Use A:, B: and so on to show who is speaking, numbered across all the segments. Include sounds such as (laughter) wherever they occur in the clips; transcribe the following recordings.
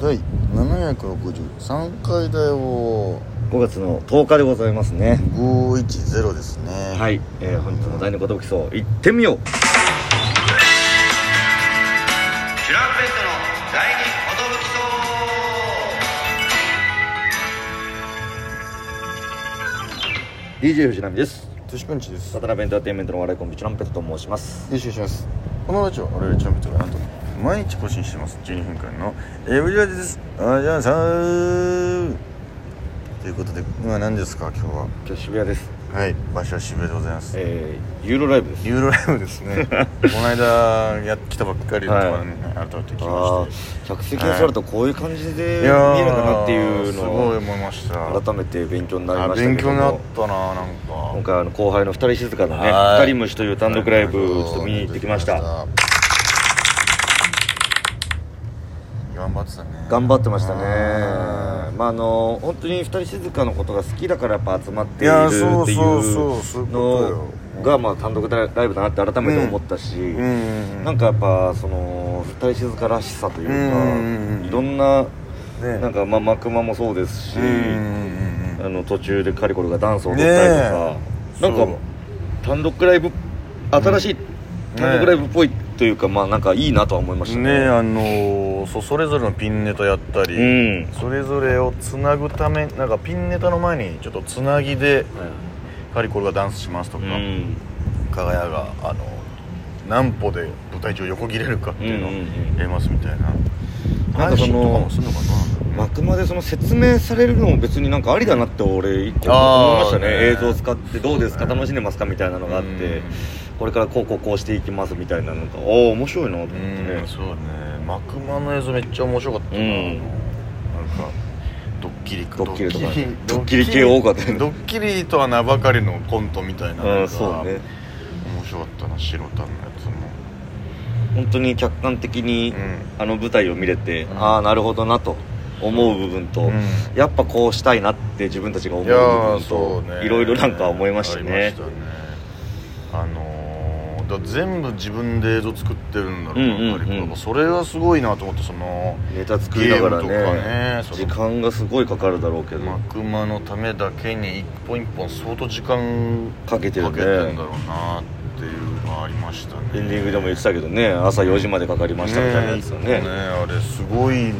A: 第763回だよ
B: 5月の10日でございますね
A: 510ですね
B: はいい、えー、本日の第2言武そう行ってみよう
C: キュランペットの第二驚きそう
B: DJ 藤波です
A: トシくんちです
B: 渡辺エンターテインメントのお笑いコンビチュランペットと申します
A: よろしくお願いしますこのラジオ我々チャンピオンがなんと毎日更新してます12分間のえー、無料ですあじゃあさーということで今何ですか今日は
B: 今日渋谷です
A: はい場所は渋谷でございます
B: えー、ユーロライブです
A: ユーロライブです
B: (laughs)
A: ねこの間や来たばっかりのところに、ね改めて来
B: あ
A: ま
B: あ
A: し
B: 客席に座るとこういう感じで
A: て
B: 見えるんだなっていう
A: すごい
B: の
A: 思いました
B: を改めて勉強になり
A: あ
B: ました
A: 勉
B: け
A: 強
B: ど
A: になっ
B: も
A: たななんか
B: 今回あの後輩の二人静かのね
A: はい
B: 二人虫という単独ライブちょっと見に行ってきました
A: 頑張ってたね
B: 頑張ってましたね
A: うん
B: まああの本当に二人静かのことが好きだからやっぱ集まってい
A: い
B: る
A: や
B: ってい
A: そうそうそうそういううことよ
B: のがまあ単独ライブだなって改めて思ったし、
A: うんうん
B: なんかやっぱその二人静からしさというか、
A: うん
B: いろんな、
A: ね
B: なんかまあ幕間もそうですし、
A: うんうんうん
B: あの途中でカリコルがダンスを踊ったりとか、
A: ねえ
B: なん
A: そ
B: か
A: う
B: 単独ライブ新しい単独ライブっぽいというか、まあなんかいいなとは思いました
A: ね
B: ね
A: あのーそうそれぞれのピンネタやったり、
B: うん
A: それぞれをつなぐためなんかピンネタの前にちょっとつなぎでカリコルがダンスしますとか、
B: うん
A: 加賀谷があの何歩で舞台上横切れるかっていうのを
B: うんうんうん
A: やりますみたいな、
B: なんかその
A: 配信とかもするのかな
B: 幕までその説明されるのも別になんかありだなって俺一個思い
A: あー
B: ましたね
A: ね
B: 映像使ってどうですか楽しんでますかみたいなのがあって、
A: うん
B: これからこうこうこうしていきますみたいなのがああ面白いなと思って
A: う
B: ね
A: んそうね幕間の映像めっちゃ面白かったな、
B: うん
A: なんかドッキリか
B: ドッキリとかね
A: ドッ
B: ドッキリ系多かったよね
A: ドッキリとは名ばかりのコントみたいなの
B: う
A: が
B: んそうね
A: 面白かったな白田のやつも
B: 本当に客観的に
A: うん
B: あの舞台を見れて、
A: うん
B: ああなるほどなと思う部分と、
A: うん
B: やっぱこうしたいなって自分たちが思う
A: い
B: 部
A: やー
B: 分
A: そ
B: と
A: うね
B: いろいろなんか思いました
A: あり
B: ね
A: ましたねあのーだ全部自分で映像作ってるんだろうな、
B: うんうんうん
A: カリコルはそれはすごいなと思ってその
B: ネタ作りながらね
A: ゲームとかねその
B: 時間がすごいかかるだろうけど、
A: 幕間のためだけに一本一本相当時間
B: かけてる
A: か
B: ね
A: けてんだろうなっていうのはありましたね
B: エンディングでも言ってたけどね朝4時までかかりましたみたいなやつをね
A: ねあれすごい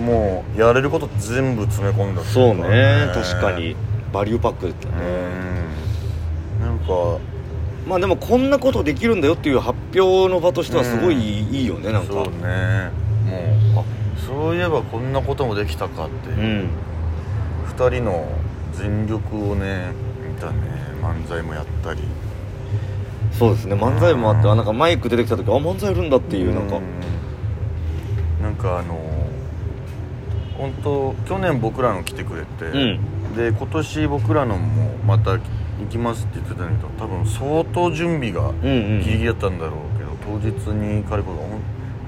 A: もうやれること全部詰め込んだってい
B: そう
A: か
B: ね確かにバリューパックだった
A: う
B: ね
A: んなんか
B: まあでもこんなことできるんだよっていう発表の場としてはすごいいいよねなん
A: そう
B: か
A: ねもうあそういえばこんなこともできたかっていうう、
B: ん
A: 2人の全力をね見たね漫才もやったり
B: そうですね漫才もあってあなんかマイク出てきた時あ漫才やるんだっていうなんか
A: うんなんかあの本当去年僕らの来てくれて、
B: うん
A: で今年僕らのもまた行きますって言ってたんだけど多分相当準備が
B: うんうん
A: ギリギリだったんだろうけど、当日に彼こが「本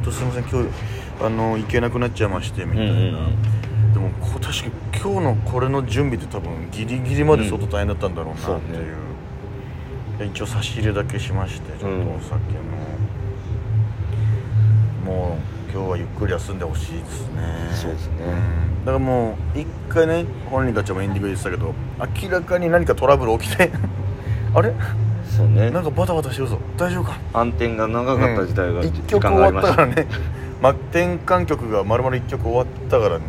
A: 当すいません今日あの行けなくなっちゃいまして」みたいな、
B: うんうん
A: でもこ確かに今日のこれの準備って多分ギリギリまで相当大変だったんだろうなっていう,、一応差し入れだけしましてちょっとお
B: うん
A: 酒の、もう今日はゆっくり休んでほしいですね
B: そうですね
A: んだからもう一回ね本人たちもエンディングで言ってたけど明らかに何かトラブル起きて (laughs) あれ
B: そうね
A: なんかバタバタしてるぞ大丈夫か
B: 暗転が長かった時代が
A: うん
B: 時
A: 一
B: 間
A: 曲
B: があ
A: 終
B: り
A: わ
B: ま
A: った
B: し
A: から
B: た
A: ねま転換曲が丸々一曲終わったからね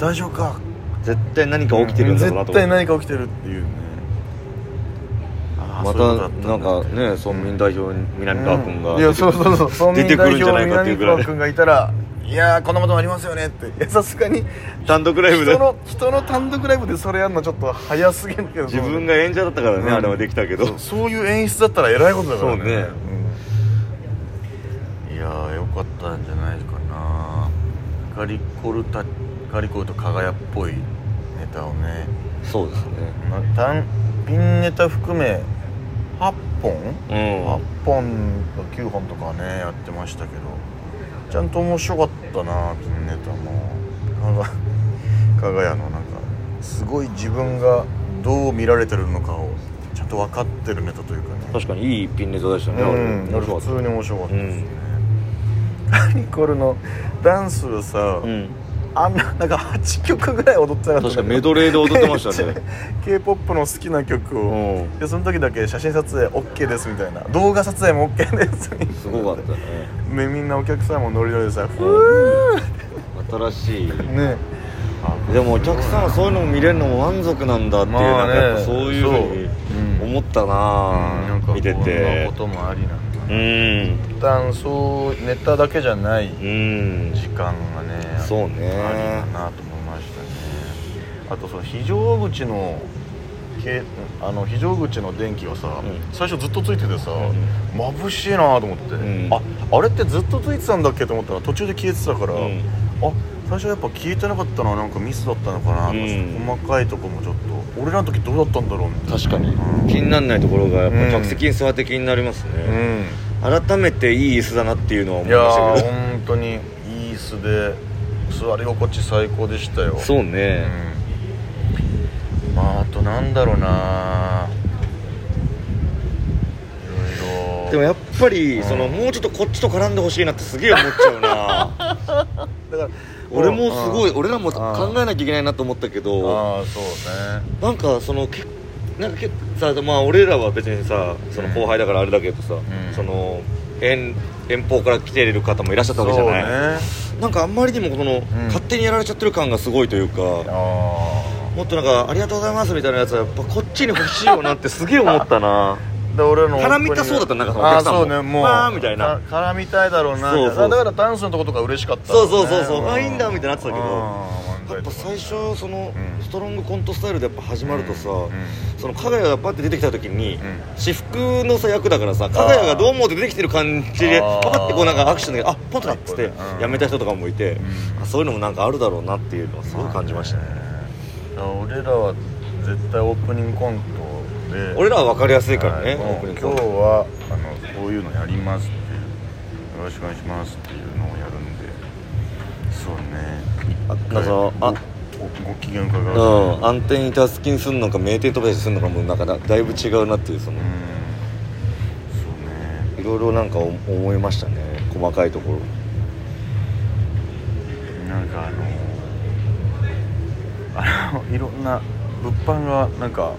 A: 大丈夫か
B: 絶対何か起きてるんだろうなと
A: 絶
B: 思
A: 対
B: って
A: 何か起きてるっていうねあー
B: ま
A: そういうことだ
B: たな
A: っ
B: ん
A: だ
B: かね村民代表南川君が
A: うんいやそうそうそう村
B: 出
A: 民
B: てく
A: 代
B: るんじゃ
A: 表
B: ないかっ
A: 南
B: ていうぐら
A: 川
B: い
A: 君がいたら「いやーこんなこともありますよね」っていやさすがに
B: 単独ライブで
A: 人の人の単独ライブでそれやるのちょっと早すぎるけど
B: 自分が演者だったからね、
A: うん
B: あれはできたけど
A: そうそういう演出だったらえらいことだからね
B: そうね
A: うんいやーよかったんじゃないかなカリコルたカリコルと加賀谷っぽいネタをね
B: そうですね
A: まあ単ピンネタ含め8本、
B: うん
A: 8本と9本とかねやってましたけどちゃんと面白かったなピンネタも加賀加賀谷のなんかすごい自分がどう見られてるのかをちゃんと分かってるネタというかね
B: 確かにいいピンネタでしたね、
A: うん
B: あれ
A: 普通に面白かったですね、
B: う
A: (laughs) アニコルのダンスをさ、
B: うん
A: あんななんか8曲ぐらい踊ってなかった
B: 確かにメドレーで踊って
A: (laughs)
B: ましたね
A: k p o p の好きな曲を、
B: う
A: でその時だけ写真撮影 OK ですみたいな動画撮影も OK ですみたいなん
B: すごかったね
A: ねみんなお客さんもノリノリでさふ
B: うん新しい
A: ーね
B: でもお客さんはそういうのを見れるのも満足なんだっていう、
A: まあ
B: な
A: ね
B: んかやっぱそういうふ
A: そ
B: うに
A: ううん
B: 思ったな,、見てて
A: ともありなんだ
B: うん
A: 一旦そうネタだけじゃない
B: うん
A: 時間がね
B: そう
A: あ
B: ね
A: りだなと思いましたねあとその非常口のけあの非常口の電気がさ、
B: うん
A: 最初ずっとついててさ、
B: う
A: 眩しいなと思って、
B: ん
A: ああれってずっとついてたんだっけと思ったら途中で消えてたから、
B: うん
A: あ最初やっぱ消えてなかったのはなんかミスだったのかなとか、
B: うん
A: 細かいとこもちょっと俺らの時どうだったんだろうみたいな
B: 確かに
A: うん
B: 気にならないところがやっ
A: うん
B: ぱ客席に座って気になります
A: う
B: ね、
A: ん
B: 改めていい椅子だなっていうのは思
A: い
B: い
A: や
B: ました
A: ー
B: けど
A: 本当にいい椅子で座り心地最高でしたよ
B: そうね、
A: うんまああとなんだろうないろいろ
B: でもやっぱり、
A: ん
B: そのもうちょっとこっちと絡んでほしいなってすげえ思っち (laughs) ゃうな
A: だから
B: 俺もすごい
A: うん
B: 俺らも考えなきゃいけないなと思ったけど
A: ああそうね
B: なんかそのけなんかけさまあ俺らは別にさその
A: うん
B: 後輩だからあれだけどさ、
A: ん
B: その遠遠方から来てる方もいらっしゃったわけじゃ
A: そう
B: ない、
A: ね
B: なんかあんまりにもこの、勝手にやられちゃってる感がすごいというか
A: あ
B: もっとなんか「ありがとうございます」みたいなやつはやっぱこっちに欲しいよなってすげえ思ったな
A: あで俺の
B: 絡みたそうだったなんかそのお客さんも
A: あーそうねもう
B: わーみたいな
A: か絡みたいだろうな
B: そうそう
A: あだからダンスのとことか嬉しかった
B: そうそうそうそうあいいんだみ
A: たい
B: たいになってたけどやっぱ最初その、
A: うん
B: ストロングコントスタイルでやっぱ始まるとさ、
A: うん
B: その加賀谷がパッて出てきた時に、
A: ん
B: 私服のさ役だからさ加賀谷がどうもって出てきてる感じで
A: あー
B: パカってこうなんかアクションであポンとだっつって
A: うん
B: やめた人とかもいて、
A: うん
B: あそういうのもなんかあるだろうなっていうのはすごい感じましたね、
A: いや俺らは絶対オープニングコントで
B: 俺らは分かりやすいからね、
A: はい
B: オープニング
A: 今日はあのこういうのやりますっていうよろしくお願いしますっていうのをやるんでそうね
B: あなんかあ
A: ごご機嫌伺う
B: う
A: うん
B: ん、暗転にタスキンするのか名店飛ばしするのかもなんかだだいぶ違うなっていうその
A: そうね
B: いろいろなんかお思いましたね細かいところ
A: なんかあのあのいろんな物販がなんか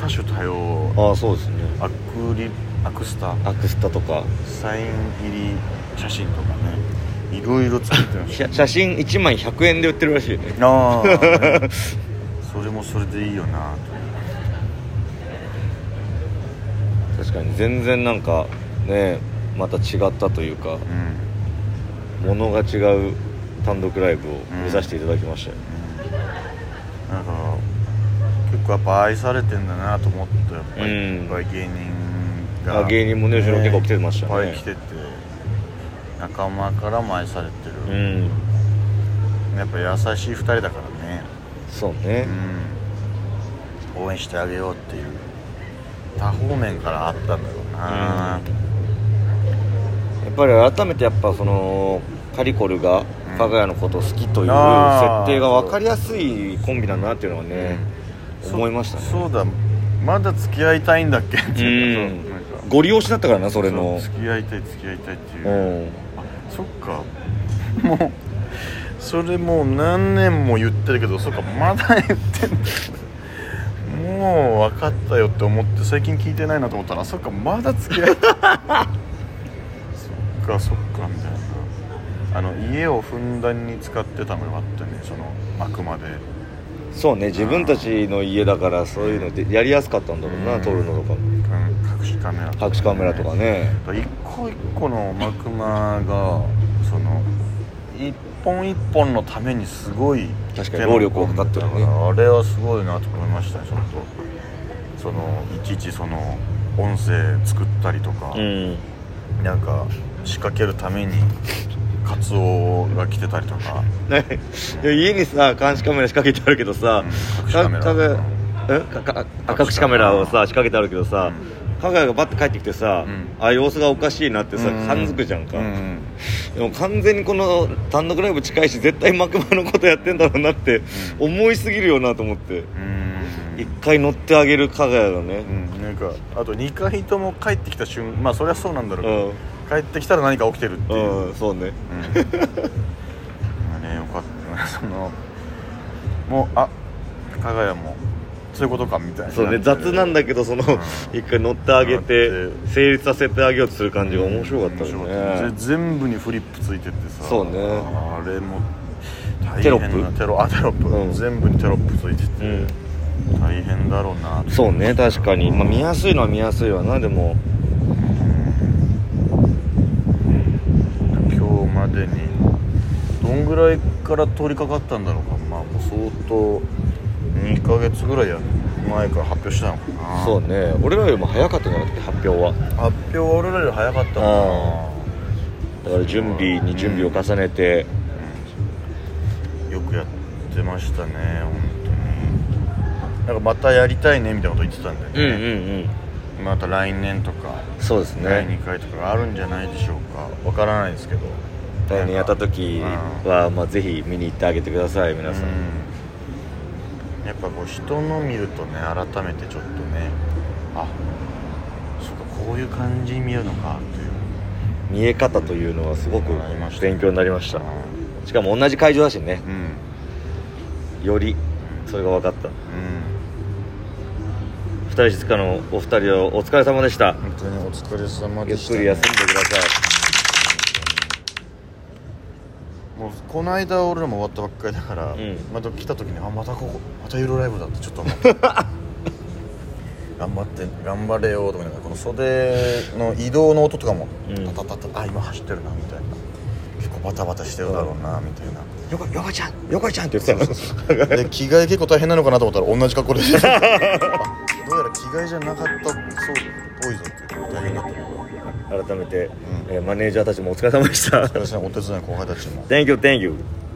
A: 多種多様
B: ああそうですね
A: アクリアクスタ
B: アクスタとか
A: サイン入り写真とかねいろいろ作ってまし
B: 写写真1枚100円で売ってるらしいよね
A: たああ、それもそれでいいよなと
B: 確かに全然なんかねまた違ったというか
A: うん
B: ものが違う単独ライブを目指していただきましたよ、
A: なんか結構やっぱ愛されてんだなと思ってやっぱり、
B: うん
A: やっぱり芸人
B: あ
A: が
B: 芸人もね後ろ結構来てましたね
A: いっぱい来てて仲間からも愛されて
B: う
A: る、
B: ん
A: やっぱ優しい2人だからね、
B: そうね
A: うん、応援してあげようっていう多方面からあったんだろうな、
B: やっぱり改めてやっぱそのカリコルが
A: うん
B: 加賀谷のことを好きという設
A: あー
B: 定が分かりやすいコンビだなっていうのはね
A: そ
B: 思いましたね
A: そうだまだ付き合いたいんだっけって
B: う
A: い
B: ん
A: うかそうなんか
B: ご利用しだったからなそれの
A: そう付き合いたい付き合いたいっていう、
B: うん
A: あそっかもうそれもう何年も言ってるけどそっかまだ言ってんだもう分かったよって思って最近聞いてないなと思ったらそっかまだ付き
B: (laughs)
A: 合いそっかそっかみたいなあの家をふんだんに使ってたのがあってねそのあくまで
B: そうね自分たちの家だからそういうのでやりやすかったんだろうな
A: うん
B: 撮るのとかも
A: か隠しカメラとか
B: 隠しカメラとかね
A: だから一個一個のマクマがその一本一本のためにすごい
B: 確かに労力をかかってるね
A: 手の込んだからあれはすごいなと思いましたねちょっとそのいちいちその音声作ったりとか、
B: うん
A: なんか仕掛けるためにカツオが来てたりとか、
B: ねいや家にさ監視カメラ仕掛けてあるけどさ、
A: うん隠しカメラ
B: かかえかかあ隠しカメラをさ仕掛けてあるけどさ、加賀谷がバッて帰ってきてさ、
A: うん
B: あ様子がおかしいなってさ
A: うん
B: 感づくじゃんか、
A: うん
B: でも完全にこの単独ライブ近いし絶対マクマのことやってんだろうなって思いすぎるよなと思って
A: うん
B: 一回乗ってあげる加賀谷が
A: う
B: ね
A: んなんかあと2回とも帰ってきた瞬間まあそりゃそうなんだろうけど、
B: うん
A: 帰ってきたら何か起きてるっていう、うん
B: うんそう
A: ま
B: ね
A: あねよかったなそのもうあ加賀谷もそういうことかみたいな
B: そうね雑なんだけどその一回乗ってあげ
A: 乗って
B: て成立させてあげようとする感じが面白かった
A: 面白かった
B: よ
A: ぜ
B: ね
A: 全部にフリップついてってさ
B: そうね
A: あれも大変な
B: テロップ
A: テロあテロップ、
B: うん
A: 全部にテロップついて
B: う
A: て、
B: ん
A: 大変だろうなと
B: そうね確かに、まあ、見やすいのは見やすいわなでも
A: 今日までにどんぐらいから取り掛かったんだろうかまあもう相当2ヶ月ぐらいや前から発表したのかな
B: そうね俺らよりも早かったんじゃなくて発表は
A: 発表は俺らより早かったかな
B: だから準備に準備を重ねて、
A: よくやってましたね本当になんかまたやりたいねみたいなこと言ってたん
B: うん、
A: だ
B: うん
A: よね、
B: うん
A: また来年とか
B: そうです
A: 第
B: ね
A: 2回とかがあるんじゃないでしょうかわからないですけど
B: 来年やった時は、まあ、ぜひ見に行ってあげてください皆さん、
A: うんやっぱこう人の見るとね改めてちょっとねあそうかこういう感じに見えるのかっていう
B: 見え方というのはすごく
A: わかりました
B: 勉強になりました
A: う
B: しかも同じ会場だしね
A: ん、うん
B: よりそれが分かった二人静かのお二人をお疲れ様でした
A: 本当にお疲れ様
B: ゆ
A: で
B: っ
A: した、
B: く
A: ね、
B: り休んでください
A: もうこの間俺らも終わったばっかりだから、
B: ん
A: また来た時にあまたここまたユーロライブだってちょっと思った (laughs) 頑張って頑張れよとかなんかこの袖の移動の音とかも、
B: うん
A: タタタタあ今走ってるなみたいな結構バタバタしてるだろうなみたいな (laughs)
B: よこよこちゃんよこちゃんって言ってた
A: で着替え結構大変なのかなと思ったら同 (laughs) じ格好でどうやら着替えじゃなかったそうっぽいぞっていう大変だったけど
B: (laughs) 改めて、えーマネージャーたちもお疲れ様でした (laughs)
A: 私ねお手伝いの後輩たちも
B: Thank you, thank you